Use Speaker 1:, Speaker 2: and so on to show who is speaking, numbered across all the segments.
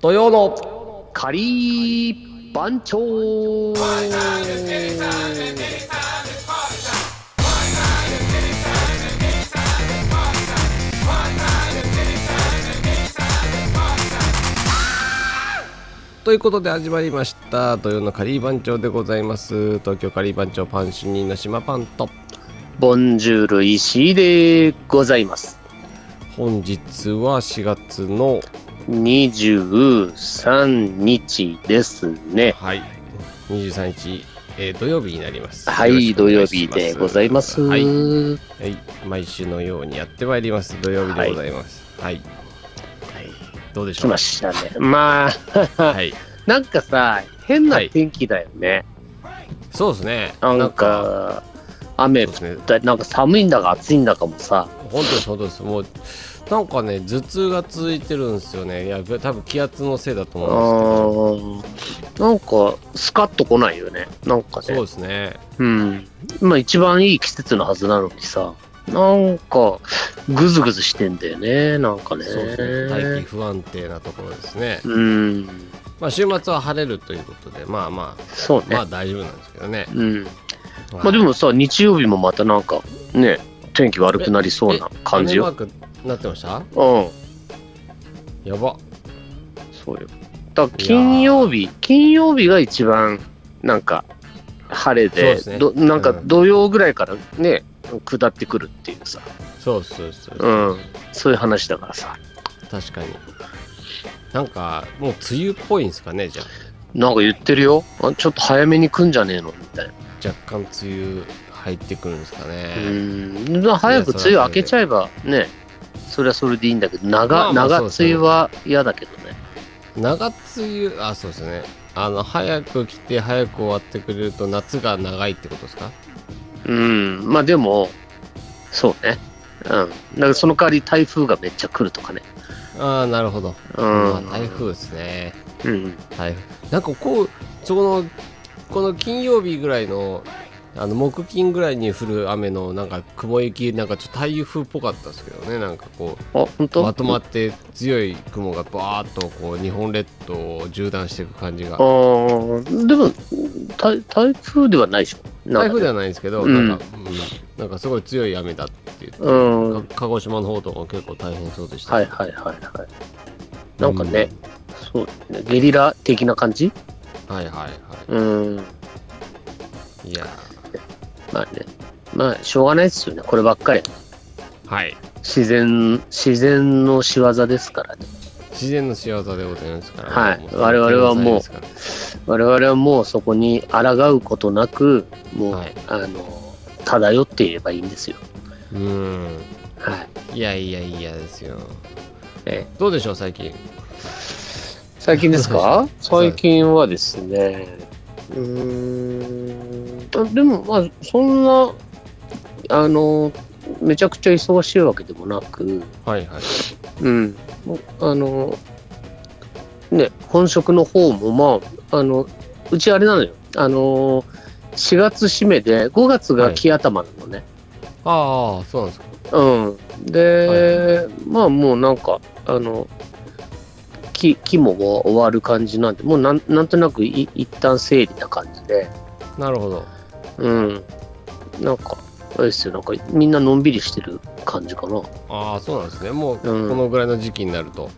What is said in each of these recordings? Speaker 1: 土曜の
Speaker 2: 仮番長
Speaker 1: ということで始まりました土曜のカリー番長でございます東京カリー番長パン主任の島パンと
Speaker 2: ボンジュール石井でございます
Speaker 1: 本日は4月の
Speaker 2: 23日ですね
Speaker 1: はい23日、えー土曜日になります
Speaker 2: はい土曜日でございます
Speaker 1: は、
Speaker 2: はいい、
Speaker 1: はい毎週のようにやってまいります土曜日でございますはい、はいどうでし
Speaker 2: 来
Speaker 1: ょう
Speaker 2: ましたねまあ
Speaker 1: はい
Speaker 2: なんかさ変な
Speaker 1: はい
Speaker 2: 天気だよね、
Speaker 1: そうですね
Speaker 2: なんか雨
Speaker 1: そうですね
Speaker 2: だなんか寒いんだか暑いんだかもさ
Speaker 1: 本当です本当ですもうなんかね頭痛が続いてるんですよねいや多分気圧のせいだと
Speaker 2: あ
Speaker 1: 思うんで
Speaker 2: ーなんかスカッと来ないよねなんか
Speaker 1: すけどそうで
Speaker 2: ね
Speaker 1: すね
Speaker 2: うん今一番いい季節のはずなのにさなんかグズグズしてんだよねなんかね
Speaker 1: そうですね大気不安定なところですね、
Speaker 2: うん
Speaker 1: まあ、週末は晴れるということでまあまあ
Speaker 2: そうね、
Speaker 1: まあ大丈夫なんですけどね、
Speaker 2: うん
Speaker 1: はい
Speaker 2: まあでもさ日曜日もまたなんかね天気悪くなりそうな感じ
Speaker 1: え
Speaker 2: よ
Speaker 1: 雨マークなってました
Speaker 2: うん
Speaker 1: やば
Speaker 2: そうよ。だから金曜日、金曜日が一番、なんか、晴れ
Speaker 1: そう
Speaker 2: で
Speaker 1: ですね
Speaker 2: どなんか
Speaker 1: うん
Speaker 2: 土曜ぐらいからね、下ってくるっていうさ、
Speaker 1: そうそうそう、
Speaker 2: うん、そういう話だからさ、
Speaker 1: 確かになんかもう梅雨っぽいんですかねじゃあ
Speaker 2: なんか言ってるよ、あちょっと早めに来んじゃねえのみたいな。
Speaker 1: 若干梅雨入ってくるんですかね、
Speaker 2: うん、早く梅雨明けちゃえばね、それはそれでいいんだけど、
Speaker 1: まあ
Speaker 2: 長
Speaker 1: まあ
Speaker 2: 長
Speaker 1: そう
Speaker 2: 梅
Speaker 1: ですね
Speaker 2: 雨は嫌だけどね。
Speaker 1: 長梅雨あそうですねあの早く来て早く終わってくれると夏が長いってことですか
Speaker 2: うん、まあでも、そうね。うん、だからその代わり台風がめっちゃ来るとかね。
Speaker 1: ああなるほど、
Speaker 2: うん、
Speaker 1: まあ、台風ですね
Speaker 2: うん、
Speaker 1: 台風なんかこうそこのこの金曜日ぐらいのあの木金ぐらいに降る雨のなんか雲行きなんかちょっと台風っぽかったですけどねなんかこ
Speaker 2: あ本
Speaker 1: う
Speaker 2: 当
Speaker 1: まとまって強い雲がバーっとこう日本列島を縦断していく感じが
Speaker 2: あーでも台台風ではないでしょ
Speaker 1: 台風で
Speaker 2: は
Speaker 1: はないんですけど、
Speaker 2: うん
Speaker 1: なんか、うん、なんかすごい強い雨だっていう
Speaker 2: うんはい
Speaker 1: か鹿児島の方とかも結構大変そうでした、
Speaker 2: はいはいはいなんかね、そうねゲリラ的な感じ
Speaker 1: うん、はいはいは
Speaker 2: うん
Speaker 1: いいや
Speaker 2: まあねまあしょうがないですよねこればっかり
Speaker 1: ーはい
Speaker 2: 自然自然の仕業ですからね
Speaker 1: 自然の仕業でございますから
Speaker 2: はい
Speaker 1: もう
Speaker 2: 我々はもう
Speaker 1: 天才です
Speaker 2: 我々はもうそこに抗うことなくもう、
Speaker 1: はい
Speaker 2: あの漂っていればいいんですよ
Speaker 1: からうん
Speaker 2: はい
Speaker 1: いやいやいやですよ
Speaker 2: え
Speaker 1: どうでしょう最近
Speaker 2: 最近ですか
Speaker 1: そう
Speaker 2: 最近はですねうーんあでもまあそんなあのめちゃくちゃ忙しいわけでもなく
Speaker 1: はいはい
Speaker 2: うんもうあのね本職の方もまああのうちあれなのよあの4月締めで5月が木頭なのね、
Speaker 1: ああそうなんですか
Speaker 2: うんで、まあもうなんかあの木木も終わる感じなんでもうなんなんとなくい一旦整理な感じで
Speaker 1: なるほど
Speaker 2: うんなんかあれですよなんかみんなのんびりしてる感じかな
Speaker 1: ああそうなんですねもうこ
Speaker 2: うん
Speaker 1: のぐらいの時期になると、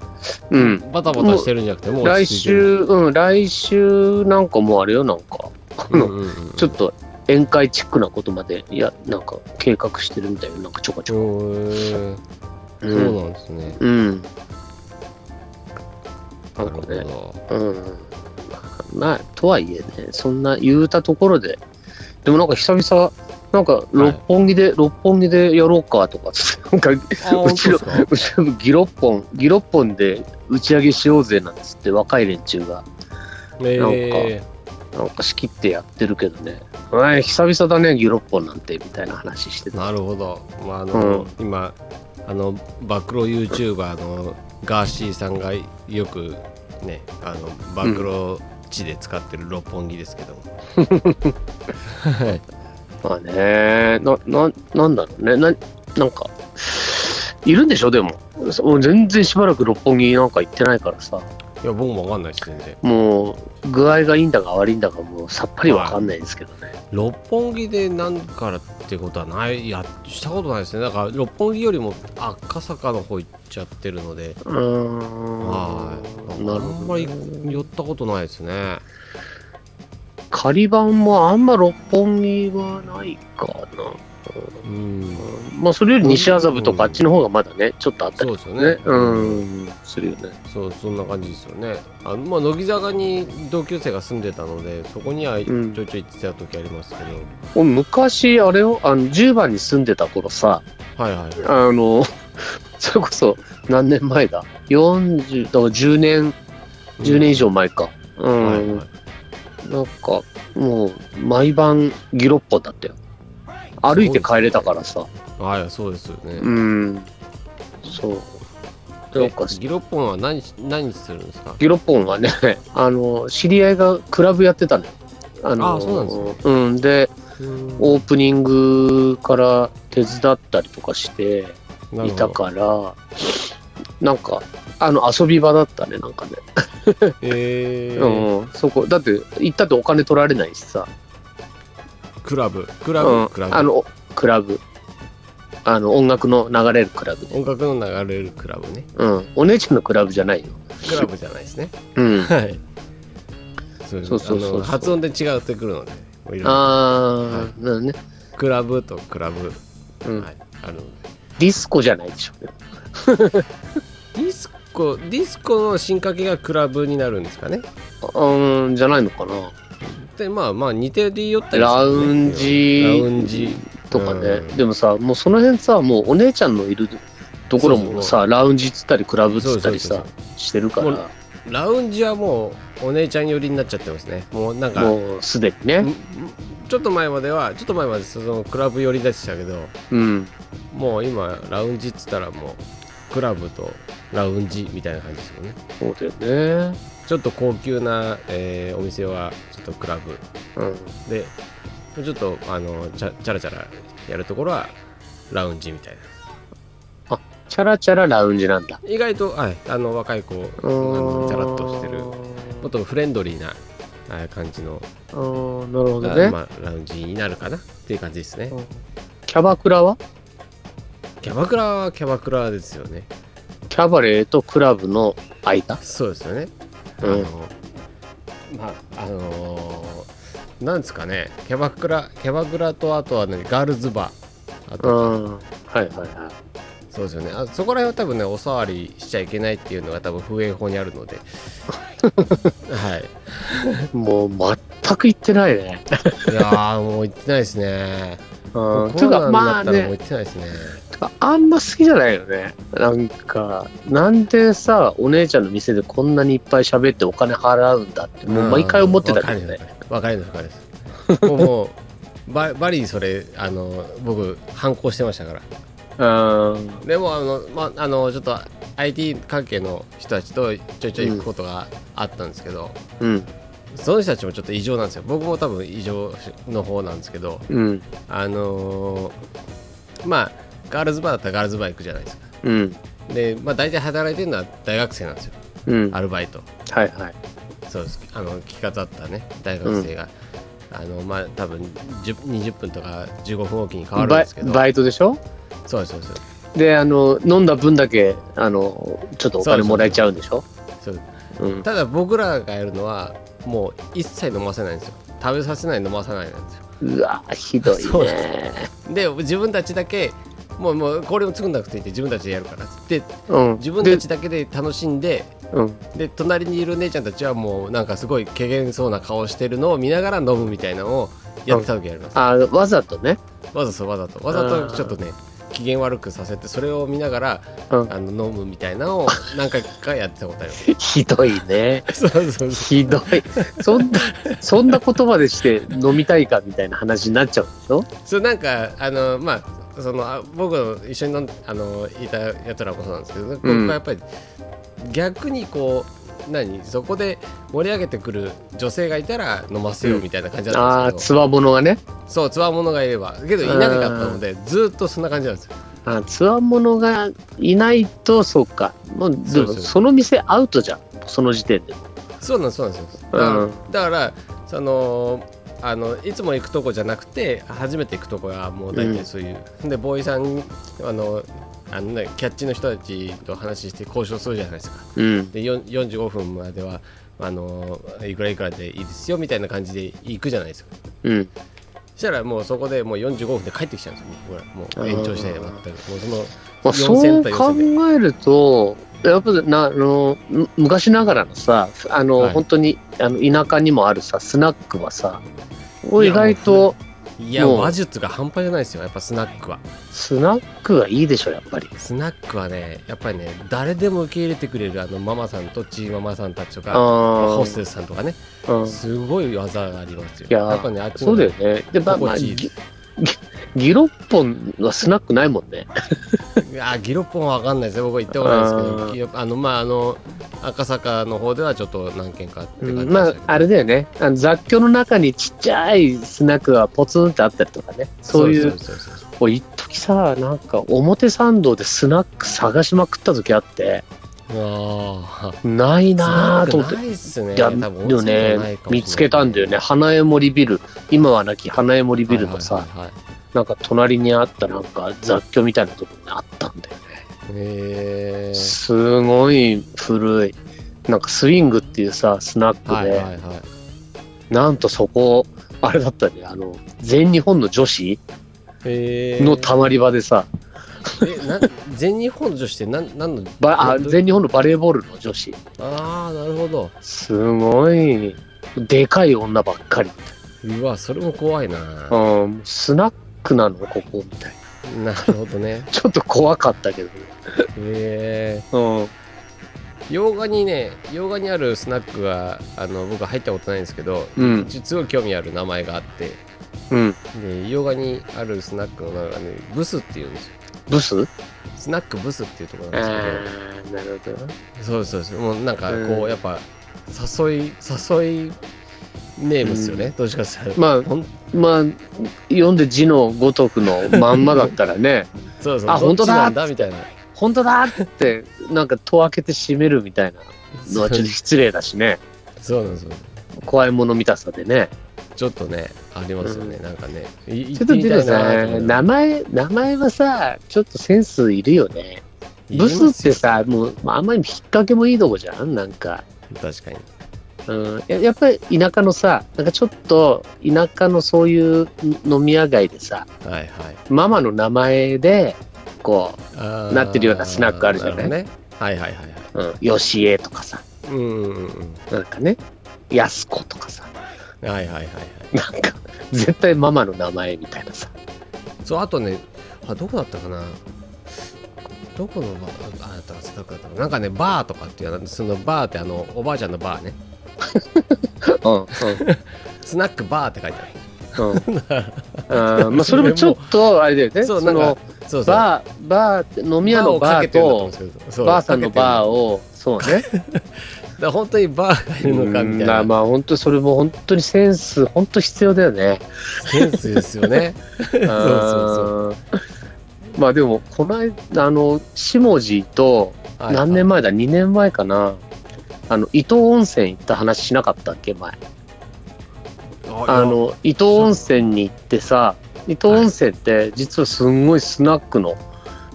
Speaker 2: うん
Speaker 1: バタバタしてるんじゃなくてもう
Speaker 2: 来
Speaker 1: 落ち着いてる
Speaker 2: 週うん来週なんかもうあれよなんかあの、
Speaker 1: うんうんうん、
Speaker 2: ちょっと宴会チックなことまでいやなんか計画してるみたいななんかちょこちょこ、
Speaker 1: へー
Speaker 2: う、
Speaker 1: そうんなんですね、
Speaker 2: うんな
Speaker 1: なんる
Speaker 2: か
Speaker 1: ほ
Speaker 2: ね
Speaker 1: ど
Speaker 2: うんまあ、とはいえね、そんな言うたところで、でもなんか久々、なんか六本木で、六本木でやろうかとか つって、なんか
Speaker 1: ああ
Speaker 2: うちの
Speaker 1: 本当ですか
Speaker 2: うちのギロッポン、ギロッポンで打ち上げしようぜなんつって、若い連中が、
Speaker 1: え
Speaker 2: なんか仕切ってやってるけどね、はい、久々だね、ギロッポンなんてみたいな話して
Speaker 1: ー、
Speaker 2: た。
Speaker 1: なるほど、まああの
Speaker 2: うん
Speaker 1: 今あの暴露 YouTuber のガーシーさんがよくねあの暴露地で使ってる六本木ですけ ども、はい
Speaker 2: まあね、な、な、なんだろうね、な、なんか、いるんでしょ、でも、もう全然しばらく六本木なんか行ってないからさ。
Speaker 1: いや僕も分かんないです全然
Speaker 2: もう具合がいいんだか悪いんだかもうさっぱりわかんないですけどね、
Speaker 1: 六本木でなんからってことはないいやしたことないですねだから六本木よりも赤坂の方行っちゃってるので
Speaker 2: うー
Speaker 1: は
Speaker 2: ん
Speaker 1: い
Speaker 2: な
Speaker 1: あ
Speaker 2: る
Speaker 1: ん
Speaker 2: ほ
Speaker 1: ま
Speaker 2: ど
Speaker 1: り
Speaker 2: ね
Speaker 1: 寄ったことないですね
Speaker 2: 仮番もあんま六本木はないかな
Speaker 1: うん
Speaker 2: うんまあそれより西麻布とかあっちの方がまだねちょっとあったり
Speaker 1: そう
Speaker 2: ね
Speaker 1: ですよね
Speaker 2: うんするよね
Speaker 1: そうそんな感じですよねあの、まあ、乃木坂に同級生が住んでたのでそこにはちょ
Speaker 2: ん
Speaker 1: いちょい行ってた時ありますけど、
Speaker 2: 俺昔あれをあの10番に住んでた頃さ
Speaker 1: はいはい
Speaker 2: あの それこそ何年前だ40だから10年10年以上前かう、
Speaker 1: うんんはいはい
Speaker 2: なんかもう毎晩ギロッポだったよ歩いて帰れたからさ
Speaker 1: はいそうですよね、
Speaker 2: うんそうなんか
Speaker 1: えギロッポンは何し何するんですか
Speaker 2: ギロッポンはね あの知り合いがクラブやってたのよあの
Speaker 1: あそうなんですね
Speaker 2: うんでオープニングから手伝ったりとかして
Speaker 1: ないる
Speaker 2: た
Speaker 1: ほど
Speaker 2: からなんかあの遊び場だったねなんかね、
Speaker 1: えー
Speaker 2: うん、そこだって行ったってお金取られないしさ
Speaker 1: クラブクラブ、
Speaker 2: うん
Speaker 1: クラブ
Speaker 2: あのクラブあの音楽の流れるクラブね、
Speaker 1: 音楽の流れるクラブね
Speaker 2: うん、お姉ちゃんのクラブじゃないよ、
Speaker 1: クラブじゃないです ね
Speaker 2: うん、
Speaker 1: はいそう
Speaker 2: そうそうそう
Speaker 1: あの発音で違ってくるのでもういろいろ
Speaker 2: ああ、なるほどね、
Speaker 1: クラブとクラブ、
Speaker 2: うん
Speaker 1: はい、あるので
Speaker 2: ディスコじゃないでしょうね
Speaker 1: ディスコディスコの進化系がクラブになるんですかね
Speaker 2: うんじゃないのかな
Speaker 1: でまあまあ似てるよったり
Speaker 2: ラウンジ
Speaker 1: ラウンジ
Speaker 2: とかね、
Speaker 1: うん
Speaker 2: でもさもうその辺さもうお姉ちゃんのいるところ
Speaker 1: そう
Speaker 2: も
Speaker 1: そ
Speaker 2: さラウンジっつったりクラブっ
Speaker 1: そ
Speaker 2: つ
Speaker 1: う
Speaker 2: った
Speaker 1: そう
Speaker 2: り
Speaker 1: そう
Speaker 2: さしてるから
Speaker 1: も
Speaker 2: も
Speaker 1: ラウンジはもうお姉ちゃん寄りになっちゃってますねもうなん
Speaker 2: う
Speaker 1: か
Speaker 2: すでにね
Speaker 1: ちょっと前まではちょっと前までそのクラブ寄りでしたけど
Speaker 2: うん
Speaker 1: もう今ラウンジっつったらもうクラブとラウンジみたいな感じですよね
Speaker 2: そうだよね
Speaker 1: ちょっと高級な、えーお店はちょっとクラブ
Speaker 2: うん
Speaker 1: でちょっとあのチャチャラチャラやるところはラウンジみたいな
Speaker 2: チャラチャララウンジなんだ
Speaker 1: 意外と、はい、あの若い子あ
Speaker 2: うー
Speaker 1: の
Speaker 2: ん
Speaker 1: チャラッとしてるもっとフレンドリーなあ感じの、
Speaker 2: あーなるほど
Speaker 1: あ
Speaker 2: ね、
Speaker 1: まあ、ラウンジになるかなっていう感じですね
Speaker 2: うんキャバクラは
Speaker 1: キャバクラはキャバクラですよね
Speaker 2: キャバレーとクラブの間
Speaker 1: そうですよね、
Speaker 2: うん
Speaker 1: あのまああのーなんですかねキャバクラキャバクラとあとは、ね、ガールズバーあ
Speaker 2: う
Speaker 1: と
Speaker 2: んはいはいは
Speaker 1: そうですよねあそこら辺は多分ねお触りしちゃいけないっていうのが多分風営法にあるの ではい
Speaker 2: いもう全く行ってないね
Speaker 1: いやーもう行ってないですね。
Speaker 2: う
Speaker 1: コ
Speaker 2: んてい
Speaker 1: ロ
Speaker 2: う
Speaker 1: ナ
Speaker 2: か
Speaker 1: に
Speaker 2: ま
Speaker 1: な
Speaker 2: あ
Speaker 1: ったら
Speaker 2: ね
Speaker 1: もう行ってないですね。
Speaker 2: あんま好きじゃないよね。なんか、なんでさ、お姉ちゃんの店でこんなにいっぱい喋ってお金払うんだって、もう毎回思ってたけどね。
Speaker 1: わかりますわかります。 もうもうババリーそれあの僕反抗してましたから。
Speaker 2: うん。
Speaker 1: でもあのまああのちょっと IT 関係の人たちとちょいちょい行くことがあったんですけど、
Speaker 2: うん。
Speaker 1: その人たちもちょっと異常なんですよ。僕も多分異常の方なんですけど、
Speaker 2: うん。
Speaker 1: あのーまあガールズバーだったらガールズバー行くじゃないですか。
Speaker 2: うん。
Speaker 1: でまあ大体働いてるのは大学生なんですよ。
Speaker 2: うん。は
Speaker 1: アルバイト。
Speaker 2: いはい。
Speaker 1: そうですあの着飾ったね大学生が、あのまあ多分10 20分とか15分おきに変わるん
Speaker 2: バイ
Speaker 1: ですけど
Speaker 2: バイトでしょ
Speaker 1: そうですそうです
Speaker 2: で、あの、飲んだ分だけ、あの、ちょっとお金もらえちゃうんでしょ
Speaker 1: そう
Speaker 2: うん。
Speaker 1: ただ僕らがやるのはもう一切飲ませないんですよ食べさせない飲まさないなんですよ
Speaker 2: うわひどい
Speaker 1: そう
Speaker 2: ね。
Speaker 1: で自分たちだけもうもうこれも作んなくていいって自分たちでやるからっつって
Speaker 2: うん。
Speaker 1: 自分たちだけで楽しんで
Speaker 2: で。うん。
Speaker 1: で隣にいる姉ちゃんたちはもうなんかすごい怪げそうな顔してるのを見ながら飲むみたいなのをやってたわけやります
Speaker 2: あ、わざとね。
Speaker 1: わざとわざとわざとちょっとね機嫌悪くさせてそれを見ながら
Speaker 2: うん。
Speaker 1: あの飲むみたいなのを何回かやってたことあります
Speaker 2: ひどいね。
Speaker 1: そうそうそ
Speaker 2: ひどい。そ んな、そんな言葉でして飲みたいかみたいな話になっちゃうんでしょ
Speaker 1: うそうなんかあのまあそのあ僕の一緒に飲んあのいたやつらこそなんですけど僕はやっぱり逆にこう何そこで盛り上げてくる女性がいたら飲ませようみたいな感じ
Speaker 2: あ
Speaker 1: なん
Speaker 2: あ、
Speaker 1: ですけど、
Speaker 2: つわものがね。
Speaker 1: そうつわものがいればけどいなかったのでずっとそんな感じなんですよ
Speaker 2: あつわものがいないと、そうか。もう、で
Speaker 1: そう
Speaker 2: も
Speaker 1: そう
Speaker 2: その店アウトじゃん。その時点で。
Speaker 1: そうなんですそうなんですよ、
Speaker 2: うん
Speaker 1: だからそのあのいつも行くとこじゃなくて初めて行くとこはもう大体そういう、でボーイさんあのあの、ね、キャッチの人たちと話して交渉するじゃないですか
Speaker 2: うん。
Speaker 1: でよん45分まではあのいくらいくらでいいですよみたいな感じで行くじゃないですか
Speaker 2: うん。
Speaker 1: そしたらもうそこでもう45分で帰ってきちゃうんですよ僕らもう延長したいで全くもうその
Speaker 2: まあ、そう
Speaker 1: 4000対
Speaker 2: 考
Speaker 1: 4000
Speaker 2: えると、やっぱりなあのむ昔ながらのさ、あの、
Speaker 1: はい
Speaker 2: 本当にあの田舎にもあるさ、スナックはさ、
Speaker 1: い
Speaker 2: 意
Speaker 1: や
Speaker 2: 外と
Speaker 1: いや
Speaker 2: もう
Speaker 1: 話術が半端じゃないですよやっぱスナックは
Speaker 2: スナックがいいでしょ、やっぱり。
Speaker 1: スナックはねやっぱりね誰でも受け入れてくれるあのママさんとチーママさんたちとか
Speaker 2: あ
Speaker 1: ホス
Speaker 2: ー
Speaker 1: テスさんとかね
Speaker 2: うん
Speaker 1: すごい技がありますよ
Speaker 2: いやー
Speaker 1: やっぱねあっちの
Speaker 2: そうだよね。で、まあ、ま
Speaker 1: 心
Speaker 2: あ、
Speaker 1: 地いい
Speaker 2: ぎぎギロッポンはスナックないもんね。
Speaker 1: いやーギロッポンは分かんないですよ僕は行ったことないですけど
Speaker 2: あー
Speaker 1: ギロあのまああの赤坂の方ではちょっと何軒かって感
Speaker 2: う
Speaker 1: じ
Speaker 2: ん、
Speaker 1: で
Speaker 2: ま
Speaker 1: した
Speaker 2: あ
Speaker 1: けど、
Speaker 2: あれだよね。あの雑居の中にちっちゃいスナックがポツンってあったりとかね。そういう
Speaker 1: ですそうですそうです
Speaker 2: こう一時さなんか表参道でスナック探しまくった時あって
Speaker 1: ああ
Speaker 2: ないなーと思って
Speaker 1: ないっすね
Speaker 2: いや
Speaker 1: 多
Speaker 2: で
Speaker 1: 分
Speaker 2: もね見つけたんだよね花江森ビル今はなき花江森ビルのさ、
Speaker 1: はいはいはいはい
Speaker 2: なんか隣にあったなんか雑居みたいなところにあったんだよね、
Speaker 1: へえ
Speaker 2: すごい古いなんかスイングっていうさスナックで、
Speaker 1: はいはいはい
Speaker 2: なんとそこあれだったねあの全日本の女子
Speaker 1: へー
Speaker 2: のたまり場でさ、
Speaker 1: えな全日本女子ってなんなんの
Speaker 2: ばあ
Speaker 1: ど
Speaker 2: 全日本のバレーボールの女子
Speaker 1: ああなるほど
Speaker 2: すごいでかい女ばっかり、
Speaker 1: うわそれも怖いな
Speaker 2: う、ん、スナックなのここみたい
Speaker 1: な
Speaker 2: な
Speaker 1: るほどね
Speaker 2: ちょっと怖かったけどね、
Speaker 1: へえ
Speaker 2: うん、
Speaker 1: 洋画にね洋画にあるスナックがあの僕は入ったことないんですけど
Speaker 2: うん
Speaker 1: ちすごい興味ある名前があって
Speaker 2: うん
Speaker 1: で洋画にあるスナックの名前がねブスっていうんですよ
Speaker 2: ブス
Speaker 1: スナックブスっていうところ
Speaker 2: ああ
Speaker 1: なんですけど
Speaker 2: なるほど
Speaker 1: そうですそうですもうなんかこう、
Speaker 2: うん
Speaker 1: やっぱ誘い誘いネームですよね、
Speaker 2: うん
Speaker 1: どっちかっていうと
Speaker 2: まあ
Speaker 1: ほん
Speaker 2: まあ読んで字のごとくのまんまだったらね
Speaker 1: そうそう
Speaker 2: あ
Speaker 1: どっちなん
Speaker 2: 本当だ
Speaker 1: だみたいな
Speaker 2: 本当だってなんか戸開けて閉めるみたいなのはちょっと失礼だしね
Speaker 1: そうなんですよ
Speaker 2: 怖いもの見たさでね
Speaker 1: ちょっとねありますよね、なんかねい
Speaker 2: ちょっとでもさ
Speaker 1: 行ってみたいな
Speaker 2: 名前名前はさちょっとセンスいるよねブスってさもうまああんまり引っ掛けもいいとこじゃんなんか、
Speaker 1: 確かに
Speaker 2: うん、ややっぱり田舎のさなんかちょっと田舎のそういう飲み屋街でさ
Speaker 1: はいはい
Speaker 2: ママの名前でこ
Speaker 1: あー
Speaker 2: なってるようなスナックあるじゃない、
Speaker 1: なるほどねはいはいはいはいう
Speaker 2: うん、よしえとかさ
Speaker 1: うんうんうん
Speaker 2: なんかねやす子とかさ
Speaker 1: はいはいはいはい
Speaker 2: なんか絶対ママの名前みたいなさ
Speaker 1: そうあとねあどこだったかなどこのバーああだったかスナックだったかななんかねバーとかっていうそのバーってあのおばあちゃんのバーね
Speaker 2: うんうん
Speaker 1: スナックバーって書いてある
Speaker 2: うんあーまあそれもちょっとあれだよね
Speaker 1: そう
Speaker 2: そ
Speaker 1: なんか
Speaker 2: の
Speaker 1: そうそう
Speaker 2: バーバー飲み屋のバーとばあさんのバー
Speaker 1: を
Speaker 2: を、そうね。
Speaker 1: かけてるだから本当にバーがいるのかみたい
Speaker 2: ま
Speaker 1: な、
Speaker 2: あまあ、本当それも本当にセンス、本当必要だよね。
Speaker 1: センスですよね
Speaker 2: そう
Speaker 1: そう
Speaker 2: まあでも、この間、あの、下地と、
Speaker 1: はい
Speaker 2: 何年前だ、2年前かな。あの、伊東温泉行った話しなかったっけ、前。あ
Speaker 1: いや
Speaker 2: の、伊東温泉に行ってさ、伊東温泉って、実はすんごいスナックの、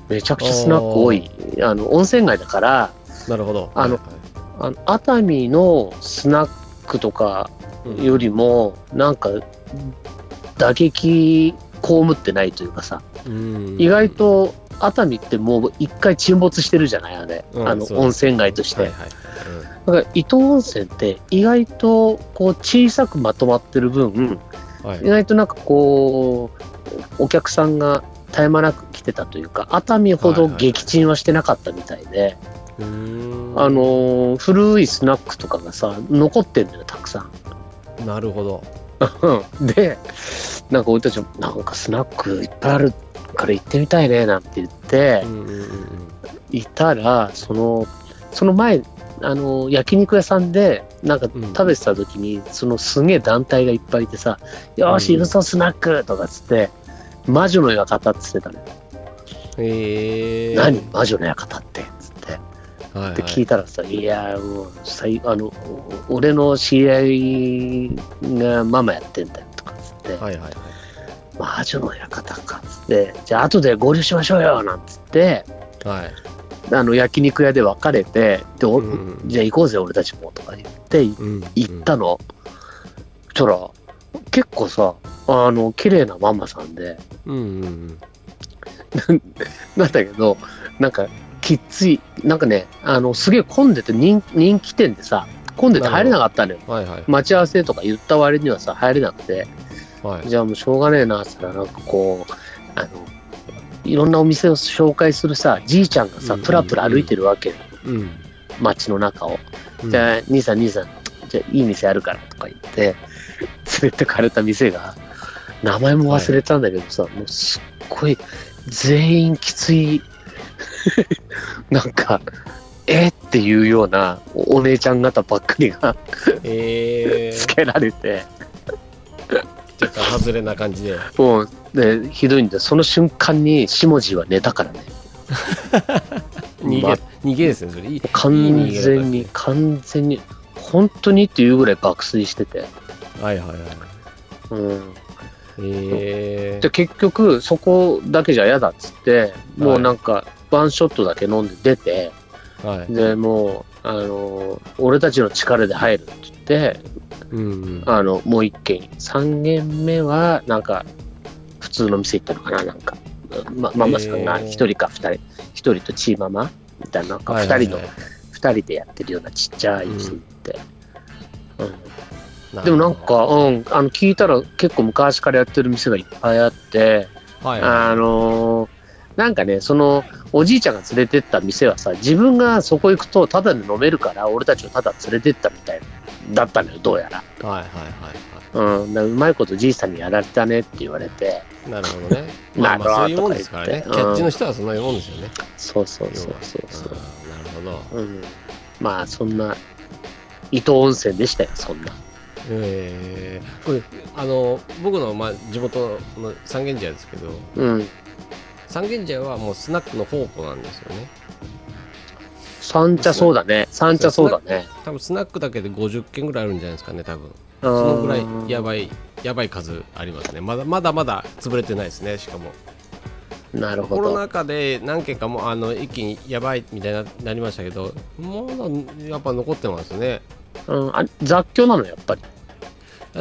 Speaker 2: めちゃくちゃスナック多い、あの、温泉街だから、
Speaker 1: なるほど
Speaker 2: あの
Speaker 1: は
Speaker 2: あの熱海のスナックとか
Speaker 1: いはい
Speaker 2: よりもなんか打撃被ってないというかさ
Speaker 1: うん
Speaker 2: 意外と熱海ってもう一回沈没してるじゃないあれ、
Speaker 1: うん
Speaker 2: あの
Speaker 1: そうです
Speaker 2: 温泉街として、
Speaker 1: はいはい
Speaker 2: だから伊東温泉って意外とこう小さくまとまってる分
Speaker 1: うんはい
Speaker 2: 意外となんかこうお客さんが絶え間なく来てたというか熱海ほど撃沈はしてなかったみたいで、
Speaker 1: うーん
Speaker 2: あのー古いスナックとかがさ残ってんだよたくさん。
Speaker 1: なるほど
Speaker 2: うんでなんか俺たちもなんかスナックいっぱいあるから行ってみたいねなんて言って
Speaker 1: うんうんうんうん
Speaker 2: いたらそのその前あの焼肉屋さんでなんか
Speaker 1: うん
Speaker 2: 食べてた時に、そのすげえ団体がいっぱいいてさ「よーし
Speaker 1: うん
Speaker 2: 行くぞスナック!」とかっつって「魔女の館」っつってたね
Speaker 1: へ
Speaker 2: 「
Speaker 1: え
Speaker 2: 何魔女の館って」っつって
Speaker 1: はい、は
Speaker 2: って聞いたらさ、いやーもう最あのお俺の知り合いがママやってんだよとかつって、
Speaker 1: はいはい
Speaker 2: 魔女の館かつってじゃあ後で合流しましょうよなんつって
Speaker 1: はいはい
Speaker 2: あの焼肉屋で別れてで、お
Speaker 1: うん
Speaker 2: じゃあ行こうぜ俺たちもとか言って
Speaker 1: うん
Speaker 2: 行ったの、そしたら結構さあの綺麗なママさんで
Speaker 1: うんうんうん
Speaker 2: なんだけどなんかきっついなんかねあのすげえ混んでて人人気店でさ混んでて入れなかったのよ
Speaker 1: はいはい
Speaker 2: 待ち合わせとか言った割にはさ入れなくて
Speaker 1: はい
Speaker 2: じゃあもうしょうがねえなっつったらなんかこうあのいろんなお店を紹介するさじいちゃんがさ
Speaker 1: うん
Speaker 2: プラプラ歩いてるわけよ
Speaker 1: うん
Speaker 2: 街の中を
Speaker 1: うん
Speaker 2: じゃあ、兄さん、兄さん、じゃあ、いい店あるからとか言って、 連れてかれた店が、名前も忘れたんだけどさ、もうすっごい、全員きつい、 なんか、えっていうようなおお姉ちゃん方ばっかりが
Speaker 1: え
Speaker 2: つ
Speaker 1: ー、
Speaker 2: けられて、
Speaker 1: 若干外れな感じで
Speaker 2: もう、ね、ひどいんで、その瞬間に、下地は寝たからね。
Speaker 1: 逃げ、
Speaker 2: ま
Speaker 1: 逃げですねそれいい
Speaker 2: 完全
Speaker 1: いい逃げ方です
Speaker 2: に
Speaker 1: ね、
Speaker 2: 完全に、本当にっていうぐらい爆睡してて。
Speaker 1: はいはいはい
Speaker 2: うん
Speaker 1: え
Speaker 2: で
Speaker 1: ー、
Speaker 2: 結局そこだけじゃ嫌だっつってもうなんかワンショットだけ飲んで出て
Speaker 1: はい
Speaker 2: でもうあのー俺たちの力で入るって言って
Speaker 1: うんうん
Speaker 2: あのもう1軒3軒目はなんか普通の店行ったのかななんか、ま、ママさんが
Speaker 1: へー
Speaker 2: 1人か2人1人とチーママみたいななんか
Speaker 1: はいはい
Speaker 2: 2人
Speaker 1: は
Speaker 2: の
Speaker 1: い
Speaker 2: 2人でやってるようなちっちゃい店行って。うん
Speaker 1: るほど
Speaker 2: でもなんか、うん、あの聞いたら結構昔からやってる店がいっぱいあって、
Speaker 1: はいはい
Speaker 2: あのーなんかね、そのおじいちゃんが連れてった店はさ、自分がそこ行くとタダで飲めるから、俺たちをタダ連れてったみたいだったのよ、どうやら。
Speaker 1: はいはいはい
Speaker 2: うん、だからうまいことじいさんにやられたねって言われて、
Speaker 1: はいなるほどねまあまあそう
Speaker 2: なる
Speaker 1: いう
Speaker 2: ほ
Speaker 1: も
Speaker 2: ど
Speaker 1: んですから
Speaker 2: と
Speaker 1: ね
Speaker 2: か
Speaker 1: キ
Speaker 2: 言って
Speaker 1: ャッチの人はそんなもんですよね
Speaker 2: そうそうそうそうそう。
Speaker 1: あーなるほど
Speaker 2: うん、まあ、そんな、伊東温泉でしたよ、そんな。
Speaker 1: えー、これあの僕の、まあ、地元の三軒茶屋ですけど
Speaker 2: うん。
Speaker 1: 三軒茶屋はもうスナックの宝庫なんですよね
Speaker 2: 三茶そうだね、三茶そうだね。
Speaker 1: 多分スナックだけで50軒ぐらいあるんじゃないですかね多分
Speaker 2: そ
Speaker 1: そのぐらいやばいやばい数ありますねまだまだまだ潰れてないですねしかも
Speaker 2: なる
Speaker 1: コ
Speaker 2: ほ
Speaker 1: ロ
Speaker 2: ど。
Speaker 1: ナ禍で何軒かもうあの一気にやばいみたいにななりましたけどまだやっぱ残ってますね
Speaker 2: うん、あ雑居なの、やっぱり。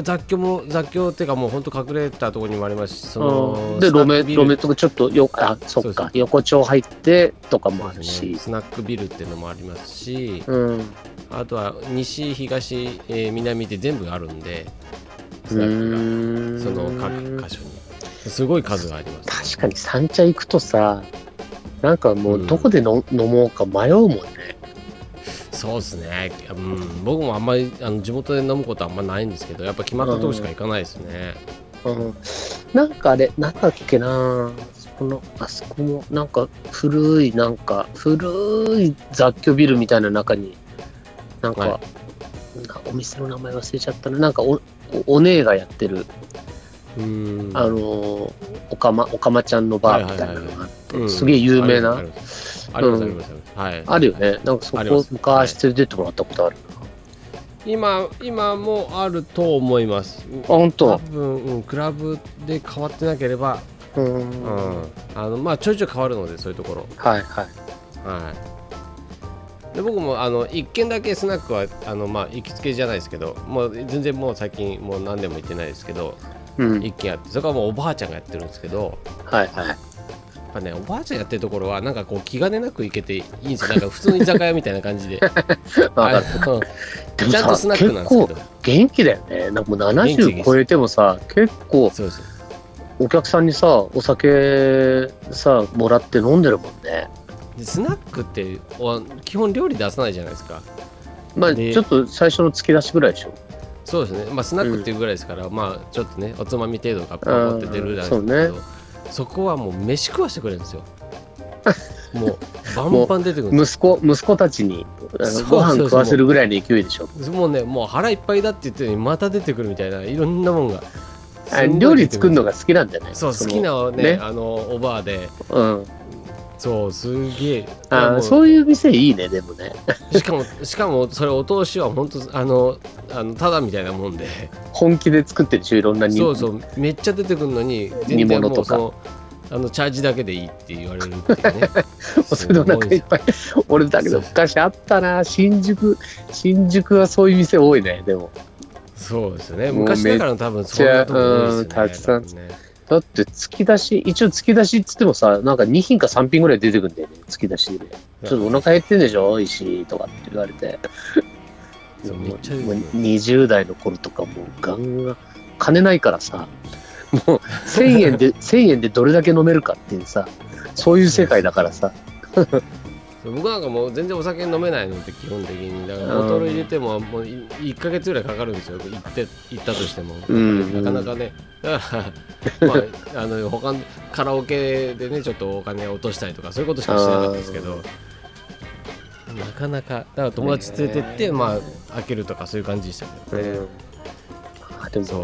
Speaker 1: 雑居も雑居っていうかもう本当隠れたところにもありますしそ
Speaker 2: うん
Speaker 1: の
Speaker 2: で
Speaker 1: スナ
Speaker 2: 路
Speaker 1: ッ
Speaker 2: 面
Speaker 1: クビ
Speaker 2: 路
Speaker 1: ル
Speaker 2: 面とかちょっとよあ
Speaker 1: そ
Speaker 2: そっ
Speaker 1: うそう
Speaker 2: か横丁入ってとかも
Speaker 1: そ
Speaker 2: あ
Speaker 1: う
Speaker 2: る
Speaker 1: ですね
Speaker 2: し
Speaker 1: スナックビルっていうのもありますし
Speaker 2: うん
Speaker 1: あとは西東、えー南で全部あるんでスナック
Speaker 2: う
Speaker 1: が
Speaker 2: ん
Speaker 1: その各箇所にすごい数があります
Speaker 2: 確かに三茶行くとさなんかもううんどこでの、飲もうか迷うもんね
Speaker 1: そうですね、うん、僕もあんまりあの地元で飲むことあんまないんですけどやっぱ決まったとこしか行かないですね、
Speaker 2: うんなんかあれなんだっけなそこのあそこもなんか古いなんか古い雑居ビルみたいな中になんか、
Speaker 1: は
Speaker 2: なんかお店の名前忘れちゃったななんかおおお姉がやってる
Speaker 1: うん
Speaker 2: あのーおかま、おかまちゃんのバーみたいなのがあって、すげえ有名な、
Speaker 1: ありますありますありますありますはい
Speaker 2: あるよね。なんかそ
Speaker 1: ありま
Speaker 2: こ
Speaker 1: す
Speaker 2: 昔連れてってもらったことある。
Speaker 1: 今今もあると思います
Speaker 2: あ、本
Speaker 1: 多
Speaker 2: 当。
Speaker 1: 分、うん、クラブで変わってなければ、
Speaker 2: う。
Speaker 1: うんん
Speaker 2: はい
Speaker 1: あのまあ、ちょいちょい変わるのでそういうところ
Speaker 2: はい。
Speaker 1: はい、で僕もあの一軒だけスナックはあの、まあ、行きつけじゃないですけどもう全然もう最近もう何年も行ってないですけど
Speaker 2: うん。
Speaker 1: 一軒あってそこはもうおばあちゃんがやってるんですけど
Speaker 2: はいはい。
Speaker 1: やっぱねおばあちゃんやってるところはなんかこう気兼ねなく行けていいんですよなんか普通の居酒屋みたいな感じで
Speaker 2: わかる。
Speaker 1: あの
Speaker 2: でも
Speaker 1: ちゃんとス
Speaker 2: さ、
Speaker 1: ナックなんで
Speaker 2: 結
Speaker 1: す
Speaker 2: 構
Speaker 1: けど
Speaker 2: 元気だよね。なんかもう
Speaker 1: 元気で
Speaker 2: 70
Speaker 1: す
Speaker 2: 超えてもさ、結構
Speaker 1: そうです
Speaker 2: お客さんにさ、お酒さ、もらって飲んでるもんね。
Speaker 1: でスナックってお基本料理出さないじゃないですか
Speaker 2: まあ、
Speaker 1: で
Speaker 2: ちょっと最初の突き出しぐらいでしょ。
Speaker 1: そうですね、まあ、スナックっていうぐらいですから、まあちょっとねおつまみ程度がパンパンって出るじゃないですかそ,、そこはもう飯食わしてくれるんですよもうバンバン出てくるんで
Speaker 2: 息子、息子たちにあ
Speaker 1: そうそう
Speaker 2: のご飯
Speaker 1: そう
Speaker 2: 食わせるぐらいの勢いでしょ。
Speaker 1: すよもうねもう腹いっぱいだって言ってるのにまた出てくるみたいないろんなもんが
Speaker 2: あ料理作るの
Speaker 1: が
Speaker 2: が好きなんじゃない
Speaker 1: そう好
Speaker 2: そ
Speaker 1: きなね
Speaker 2: ね
Speaker 1: あのおばあで
Speaker 2: うん。
Speaker 1: そうすげえ
Speaker 2: あ
Speaker 1: も
Speaker 2: ー
Speaker 1: う
Speaker 2: そういう店いいね、でもね。
Speaker 1: しかもしかもそれお通しは本当あのあのただみたいなもんで
Speaker 2: 本気で作ってるし、いろんなに
Speaker 1: そう そうめっちゃ出てくるのに全
Speaker 2: 煮
Speaker 1: 然
Speaker 2: 物
Speaker 1: も
Speaker 2: と
Speaker 1: う
Speaker 2: か
Speaker 1: そのあのチャージだけでいいって言われるって いうね
Speaker 2: それの中いっぱい。俺だけど昔あったな、新宿、新宿はそういう店多いね、でも。
Speaker 1: そうですよね
Speaker 2: もう
Speaker 1: 昔だから多分そんなとこ多いですよね
Speaker 2: めっちゃうんたくさん
Speaker 1: 多分ね
Speaker 2: だって、突き出し、一応突き出しっつってもさ、なんか2品か3品ぐらい出てくんだよね、突き出しで。ちょっとお腹減ってんでしょ、石井とかって言われて。
Speaker 1: そう
Speaker 2: も
Speaker 1: めっちゃ出てく
Speaker 2: もう
Speaker 1: る
Speaker 2: 20代の頃とかもうガンガン、金ないからさ、もう1000円で、1000円でどれだけ飲めるかっていうさ、そういう世界だからさ。
Speaker 1: そう僕なんかもう全然お酒飲めないので基本的にだから
Speaker 2: うん
Speaker 1: ボトル入れてももうい1か月ぐらいかかるんですよ行って行ったとしても、
Speaker 2: うん
Speaker 1: なかなかね だから、まあ、あの他のカラオケでねちょっとお金落としたりとかそういうことしかしてなかったんですけどなかなかだから友達連れてって、
Speaker 2: ね
Speaker 1: まあ開けるとかそういう感じでしたけどね、
Speaker 2: あでも
Speaker 1: そ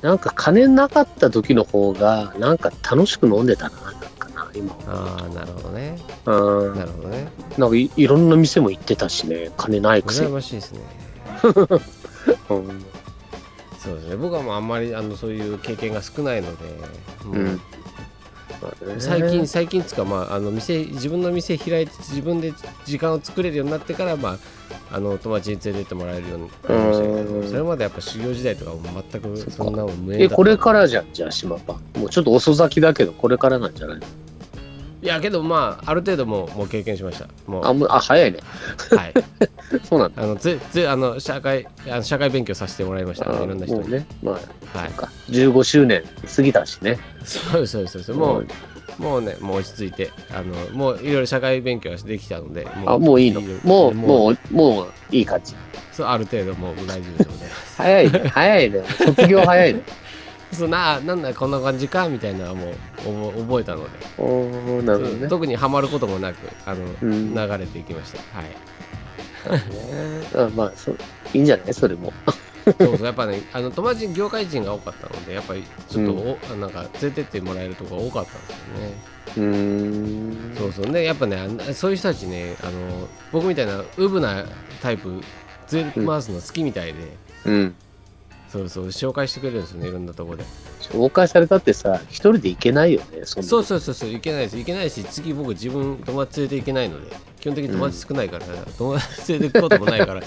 Speaker 1: う
Speaker 2: なんか金なかった時の方がなんか楽しく飲んでたななんかな今
Speaker 1: ああなるほどね
Speaker 2: うん
Speaker 1: なるほどね
Speaker 2: なんかいいろんな店も行ってたしね金ないくせ
Speaker 1: 羨
Speaker 2: に、
Speaker 1: ましいですね
Speaker 2: うん
Speaker 1: そうですね僕はもうあんまりあのそういう経験が少ないので、もう
Speaker 2: うん
Speaker 1: 最近最近っつうか、まあ、あの店自分の店開いて自分で時間を作れるようになってから、まあ、あの友達に連れてってもらえるようになりましたけ
Speaker 2: うん
Speaker 1: どそれまでやっぱ修行時代とかも全くそんなもん無縁だ
Speaker 2: え
Speaker 1: った
Speaker 2: これからじゃんじゃあ島パンもうちょっと遅咲きだけどこれからなんじゃないの
Speaker 1: いやけどまあある程度もうもう経験しましたもう
Speaker 2: あもうあ早いね
Speaker 1: はい
Speaker 2: そうなんだ
Speaker 1: あのつつあの社会あの社会勉強させてもらいましたいろんな人
Speaker 2: も
Speaker 1: に、
Speaker 2: うねまあ
Speaker 1: はい
Speaker 2: なんか15周年過ぎたしね
Speaker 1: そうですそうですそうですも
Speaker 2: う
Speaker 1: うもうねもう落ち着いてあのもういろいろ社会勉強はできたのでも
Speaker 2: あもういいの
Speaker 1: ろろ
Speaker 2: もうもうもういい感じ
Speaker 1: そうある程度もう大丈夫で ございます
Speaker 2: 早いね早いね卒業早いね
Speaker 1: そうななんだこんな感じかみたいなのはもう覚覚えたので、
Speaker 2: おーなるほど
Speaker 1: そう
Speaker 2: ね
Speaker 1: 特にはまることもなくあの、
Speaker 2: うん
Speaker 1: 流れていきました はい
Speaker 2: あまあそういいんじゃないそれも
Speaker 1: そうそうやっぱねあの友達に業界人が多かったのでやっぱりちょっとお、あなんか連れてってもらえるとこが多かったんですよね、
Speaker 2: うーん
Speaker 1: そうそうねやっぱねあんそういう人たちねあの僕みたいなウブなタイプ連れ回すの好きみたいで、
Speaker 2: うん
Speaker 1: そうそう紹介してくれるんですよねいろんなところで
Speaker 2: 紹介されたってさ一人で行けないよねそんな
Speaker 1: そうそうそうそういけないですいけないし次僕自分友達連れていけないので基本的に友達少ないから、友達連れていくこともない から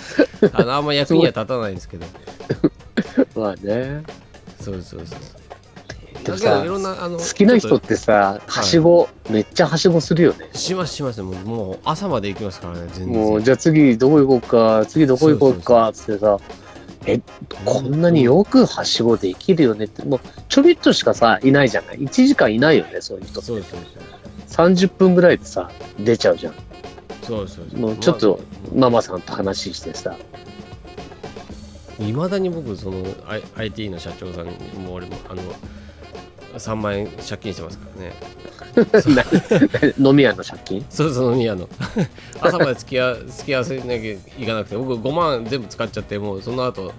Speaker 1: あのあんま役には立たないんですけど
Speaker 2: まあね
Speaker 1: そうそうそう
Speaker 2: でも
Speaker 1: だけど
Speaker 2: さ
Speaker 1: いろんなあの
Speaker 2: 好きな
Speaker 1: ち
Speaker 2: 人
Speaker 1: ょ
Speaker 2: っ
Speaker 1: と
Speaker 2: てさはしご、めっちゃはしごするよね
Speaker 1: しますしますもうもう朝まで行きますからね全然
Speaker 2: もうじゃあ次どこ行こうか次どこ行こうかつってさこんなによくはしごできるよねってもうちょびっとしかさいないじゃない1時間いないよねそういう人
Speaker 1: そうそう
Speaker 2: 30分ぐらいでさ出ちゃうじゃん
Speaker 1: そうそうそうそう
Speaker 2: もうちょっとママさんと話してさ
Speaker 1: いまだに僕その I- IT の社長さんにもう俺もあの3万円借金してますからね
Speaker 2: 飲み屋の借金
Speaker 1: そうそう宮の 朝まで付き合 付き合わせなきゃいかなくて僕5万全部使っちゃってもうその後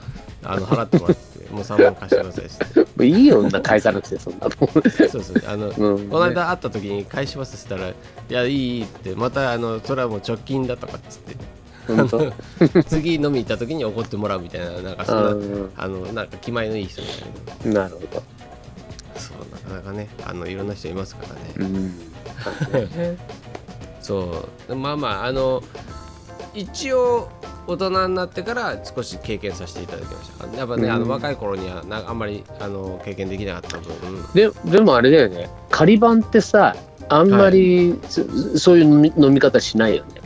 Speaker 1: あの払ってもらって てもう3万貸してくださいっ
Speaker 2: もういいよ女返さなくてそんなも
Speaker 1: てそうそうあのこ
Speaker 2: ん、うん、
Speaker 1: の間会った時に返しますって言ったら「いやいいいい」ってまたあのそれはもう貯金だとかっつっ
Speaker 2: 本当
Speaker 1: て次飲み行った時に怒ってもらうみたいななんかそ
Speaker 2: あ
Speaker 1: んなあのなんか気前のいい人みたいな
Speaker 2: ーなるほど、
Speaker 1: そうなかなかねあのいろんな人いますからね
Speaker 2: うん、
Speaker 1: そうまあまああの一応大人になってから少し経験させていただきましたやっぱね、
Speaker 2: うん
Speaker 1: あの若い頃にはなあんまりあの経験できなかった分、うん
Speaker 2: ででもあれだよね仮番ってさあんまり、そそういう飲み飲み方しないよね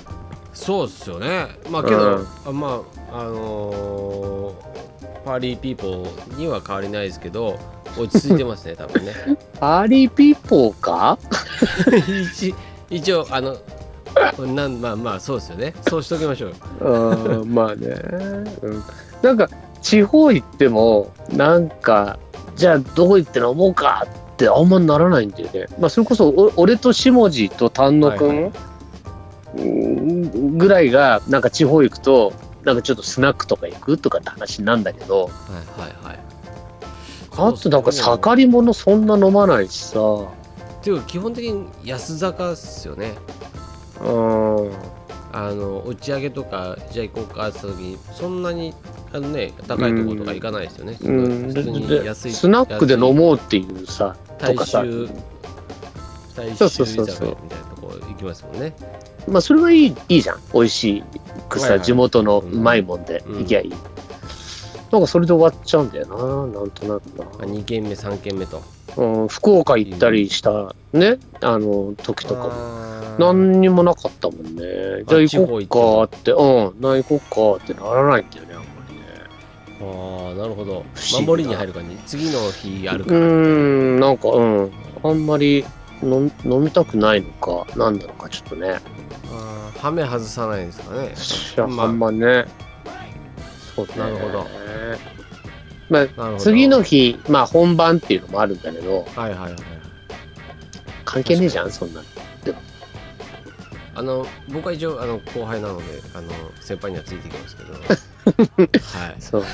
Speaker 1: そうっすよねまあけど、
Speaker 2: うん
Speaker 1: あまああのーパーリーピーポーには変わりないですけど落ち着いてますね多分 ね
Speaker 2: アーリーピーポーか
Speaker 1: 一一応あのなんまあまあそうですよねそうしときましょうよ
Speaker 2: あーまあね、うん、なんか地方行ってもなんかじゃあどこ行って飲もうかってあんまならないんだよね、まあ、それこそお俺と下地と丹野くん、
Speaker 1: はいは
Speaker 2: うんぐらいがなんか地方行くとなんかちょっとスナックとか行くとかって話なんだけど
Speaker 1: はいはいはい
Speaker 2: あとなんか
Speaker 1: そうっすね
Speaker 2: 盛り物そんな飲まないしさ
Speaker 1: っていうか基本的に安坂っすよね
Speaker 2: あー
Speaker 1: あの打ち上げとかじゃあ行こうかって言った時にそんなにあのね高いところとか行かないですよね、
Speaker 2: うん、
Speaker 1: 普
Speaker 2: で
Speaker 1: 通に
Speaker 2: で
Speaker 1: 安い
Speaker 2: スナックで飲
Speaker 1: う
Speaker 2: もうっていうさと
Speaker 1: 大
Speaker 2: かさ
Speaker 1: 衆大
Speaker 2: そう
Speaker 1: 衆
Speaker 2: そ
Speaker 1: 居酒
Speaker 2: うそうそう
Speaker 1: 屋みたいなとこ行きますもんね
Speaker 2: まあそれはいいいいじゃん美味しく
Speaker 1: はい
Speaker 2: さ
Speaker 1: はい
Speaker 2: 地元のうまいもんで
Speaker 1: うん
Speaker 2: 行きゃいい、なんかそれで終わっちゃうんだよななんとなくな
Speaker 1: あ2軒目3軒目と
Speaker 2: うん、福岡行ったりしたね、あの時とかも。
Speaker 1: あー
Speaker 2: 何にもなかったもんね。じゃあ
Speaker 1: 地方
Speaker 2: 行こ
Speaker 1: 行ってた
Speaker 2: っかって、うん、な行こっかってならないんだよね、あんまりね。
Speaker 1: あーなるほど
Speaker 2: 不思議な
Speaker 1: 守りに入る感じ次の日ある
Speaker 2: う
Speaker 1: から
Speaker 2: ーん、なんか、うん、あんまり飲み飲みたくないのか、なんだのか、ちょっとね。
Speaker 1: あーはめ外さないんですかね
Speaker 2: いや、
Speaker 1: まあ
Speaker 2: あんまね。そうね。
Speaker 1: なるほど。
Speaker 2: まあ、
Speaker 1: なるほど
Speaker 2: 次の日、まあ本番っていうのもあるんだけど、
Speaker 1: はいはいはい
Speaker 2: 関係ねえじゃん、そんなの。
Speaker 1: あの僕は一応あの後輩なのであの先輩にはついていきます けどはい
Speaker 2: そう。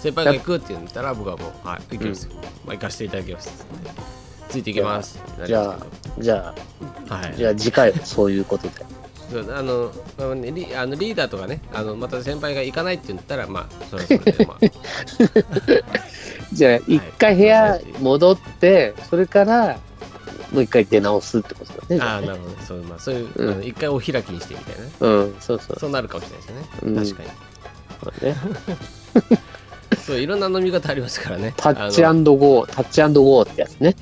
Speaker 1: 先輩が行くって言ったら僕はもう「はい行きますよ、まあ、行かせていただきます」ってついていきます」って
Speaker 2: じゃ
Speaker 1: な
Speaker 2: あ
Speaker 1: ります
Speaker 2: じゃあ、
Speaker 1: けどはい
Speaker 2: じゃあ次回はそういうことで。
Speaker 1: そうあのまあねリあのリーダーとかねあのまた先輩が行かないって言ったらま あそれはそれで、まあ、
Speaker 2: じゃあ一回部屋戻ってそれからもう一回出直すってことだね。
Speaker 1: ああなるほどそう,、まあ、そういう、
Speaker 2: うん
Speaker 1: あの一回お開きにしてみたいなね
Speaker 2: うんそうそう
Speaker 1: そうなるかもしれないですよね
Speaker 2: うん
Speaker 1: 確かに、
Speaker 2: そうね。
Speaker 1: そういろんな飲み方ありますからね
Speaker 2: タッチ
Speaker 1: あの
Speaker 2: ゴータッチゴーってやつね。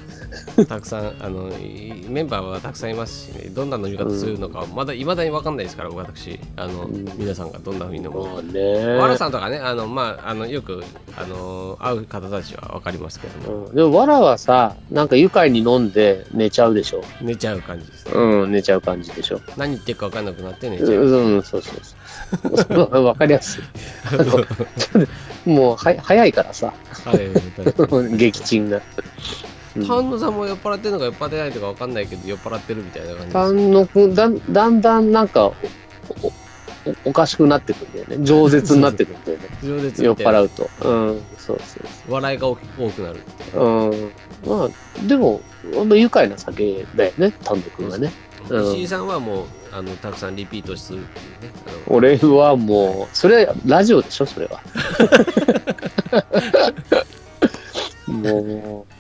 Speaker 1: たくさんあのいメンバーはたくさんいますし、ね、どんな飲み方するのか、まだいまだに分かんないですから僕私あの、
Speaker 2: うん
Speaker 1: 皆さんがどんなふうに飲むのか
Speaker 2: もうね。
Speaker 1: わらさんとかね、あの、まあ、あの、よく、あの、会う方たちはわかりますけども、
Speaker 2: うん、でもわらはさなんか愉快に飲んで寝ちゃうでしょ。
Speaker 1: 寝ちゃう感じです。
Speaker 2: うん寝ちゃう感じでしょ。
Speaker 1: 何言ってるかわかんなくなって寝
Speaker 2: う
Speaker 1: ちゃう。
Speaker 2: んそうそうそう。 わかり やすい。あのちょっともうは早いからさ
Speaker 1: はい。
Speaker 2: 撃沈が。うん
Speaker 1: 丹野さんも酔っ払ってるのか酔っ払ってないとかわかんないけど、酔っ払ってるみたいな感じ
Speaker 2: 丹野くんだんだんだんなんかおおおおかしくなってくんだよね饒舌になってくんだよ ね
Speaker 1: です。情熱
Speaker 2: 酔っ
Speaker 1: みたいな
Speaker 2: 払うとうんそうそう
Speaker 1: 笑いが多く多くなる。
Speaker 2: そううんまあでもあんま愉快な酒だよね丹野くんはねうん
Speaker 1: 石井さんはもう、あの、たくさんリピートするっていうね。あの
Speaker 2: 俺はもうそれはラジオでしょそれはもう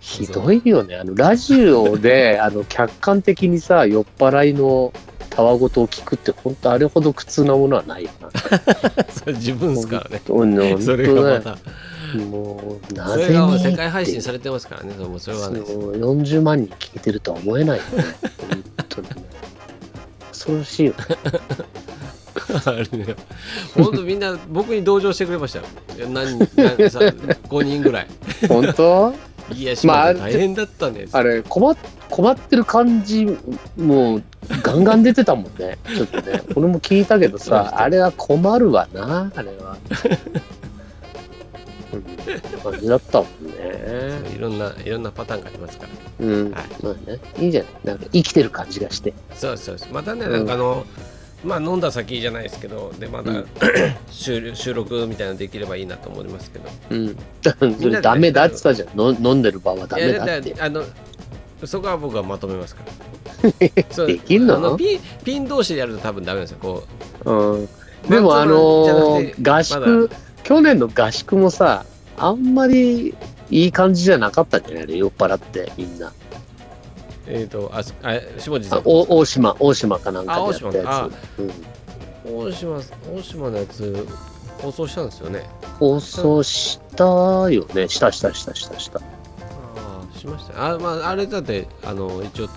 Speaker 2: ひどいよねあのラジオであの客観的にさ酔っ払いのたわごとを聞くって本当あれほど苦痛なものはないよな
Speaker 1: それ自分ですからね。
Speaker 2: 本当ね
Speaker 1: それがまた、
Speaker 2: もうな
Speaker 1: それ
Speaker 2: ぜに
Speaker 1: が
Speaker 2: っ
Speaker 1: もう
Speaker 2: て
Speaker 1: 世界配信されてますからね、そうもうそれはね。
Speaker 2: そう40万人聞いてるとは思えないよね本当にね恐ろしいよ
Speaker 1: あれね、本当みんな僕に同情してくれましたよ。いや何何さ5人ぐらい。
Speaker 2: 本当
Speaker 1: いや、島
Speaker 2: まああ
Speaker 1: 根
Speaker 2: れ
Speaker 1: 大変だったね。
Speaker 2: あれ困っ困ってる感じもうガンガン出てたもん ねちょっとね俺も聞いたけ
Speaker 1: そ
Speaker 2: ど
Speaker 1: うでし
Speaker 2: さ
Speaker 1: た
Speaker 2: あれは困るわなあれはうん感じだったもんね
Speaker 1: いろんないろんなパターンがありますか
Speaker 2: うん
Speaker 1: はい
Speaker 2: まあねいいじゃないなんか生きてる感じがして
Speaker 1: ら。そうそうそう。またね、
Speaker 2: うん
Speaker 1: なんかあの、まあ飲んだ先じゃないですけど、で、まだ、
Speaker 2: うん
Speaker 1: 収録収録みたいなのできればいいなと思いますけど。
Speaker 2: うんそれダメだって言ったじゃんの飲んでる場はダ
Speaker 1: いや
Speaker 2: メだっ
Speaker 1: だ
Speaker 2: て
Speaker 1: からあのそこは僕はまとめます から。そう
Speaker 2: できんの
Speaker 1: あのピンピン同士でやると多分ダメなんですよ。こ
Speaker 2: うん
Speaker 1: う
Speaker 2: でも
Speaker 1: マ
Speaker 2: あ
Speaker 1: ンツーマ
Speaker 2: の
Speaker 1: ンじゃなくて
Speaker 2: ー合宿去年の合宿もさあんまりいい感じじゃなかったんじゃないの酔っ払ってみんな
Speaker 1: えっ、と、あ、すあ、下地さ
Speaker 2: あ
Speaker 1: ん。
Speaker 2: お大島大島かなんかでやった
Speaker 1: あ
Speaker 2: やつ、うん、
Speaker 1: 大島大島のやつ放送したんですよね
Speaker 2: 放送したよねしたしたしたしたした
Speaker 1: ああしましたあまああれだってあの一応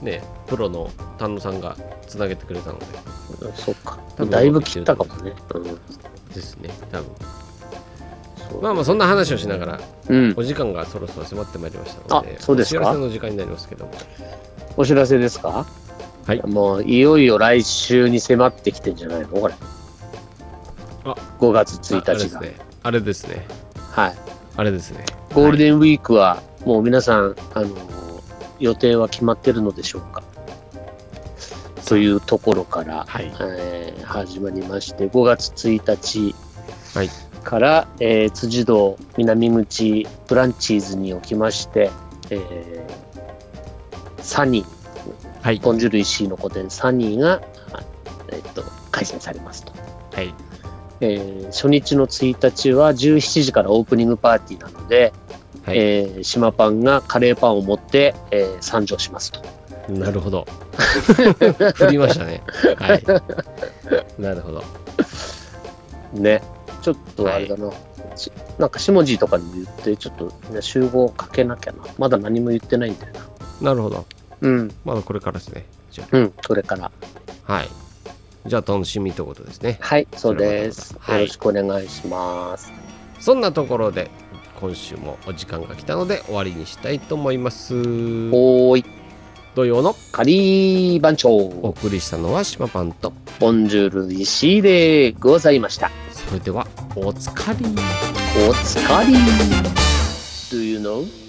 Speaker 1: ねプロの丹野さんがつなげてくれたので
Speaker 2: そっか
Speaker 1: 多分
Speaker 2: だいぶ切ったかもね、うん、
Speaker 1: ですね多分
Speaker 2: そう
Speaker 1: まあまあそんな話をしながら
Speaker 2: うん
Speaker 1: お時間がそろそろ迫ってまいりましたので
Speaker 2: あそうですか
Speaker 1: お知らせの時間になりますけども
Speaker 2: お知らせですか
Speaker 1: はい
Speaker 2: もういよいよ来週に迫ってきてんじゃないのこれ
Speaker 1: あ
Speaker 2: 5月
Speaker 1: ああれ
Speaker 2: 1
Speaker 1: で
Speaker 2: 日
Speaker 1: す
Speaker 2: が、
Speaker 1: ねあれですね
Speaker 2: はい
Speaker 1: あれですね
Speaker 2: ゴールデンウィークはもう皆さん、あの予定は決まってるのでしょうかというところから、
Speaker 1: はい
Speaker 2: えー始まりまして5月1日
Speaker 1: はい
Speaker 2: から、えー辻堂南口ブランチーズにおきまして、えーサニー、
Speaker 1: はい
Speaker 2: ボンジュール石井の個展、サニーが、はいえっと、開催されますと。
Speaker 1: はい
Speaker 2: えー初日の1日は17時からオープニングパーティーなので、
Speaker 1: はい
Speaker 2: えー島パンがカレーパンを持って、えー参上しますと。
Speaker 1: なるほど 振りましたねはいなるほど
Speaker 2: ね。ちょっとあれだな。しなんか、下地とかに言って、ちょっと、ね、集合かけなきゃな。まだ何も言ってないんだよな。
Speaker 1: なるほど
Speaker 2: うん。
Speaker 1: まだこれからですねじゃ
Speaker 2: うん。これから。
Speaker 1: あはいじゃあ楽しみってことですね
Speaker 2: はい、そうです。
Speaker 1: はい
Speaker 2: よろしくお願いします。
Speaker 1: そんなところで今週もお時間が来たので終わりにしたいと思います
Speaker 2: おーい。
Speaker 1: 土曜の
Speaker 2: カリー番
Speaker 1: お
Speaker 2: 長、
Speaker 1: 送りしたのは島パンと
Speaker 2: ボンジュール石井でございました。
Speaker 1: それではおつかり
Speaker 2: おつかり Do you know?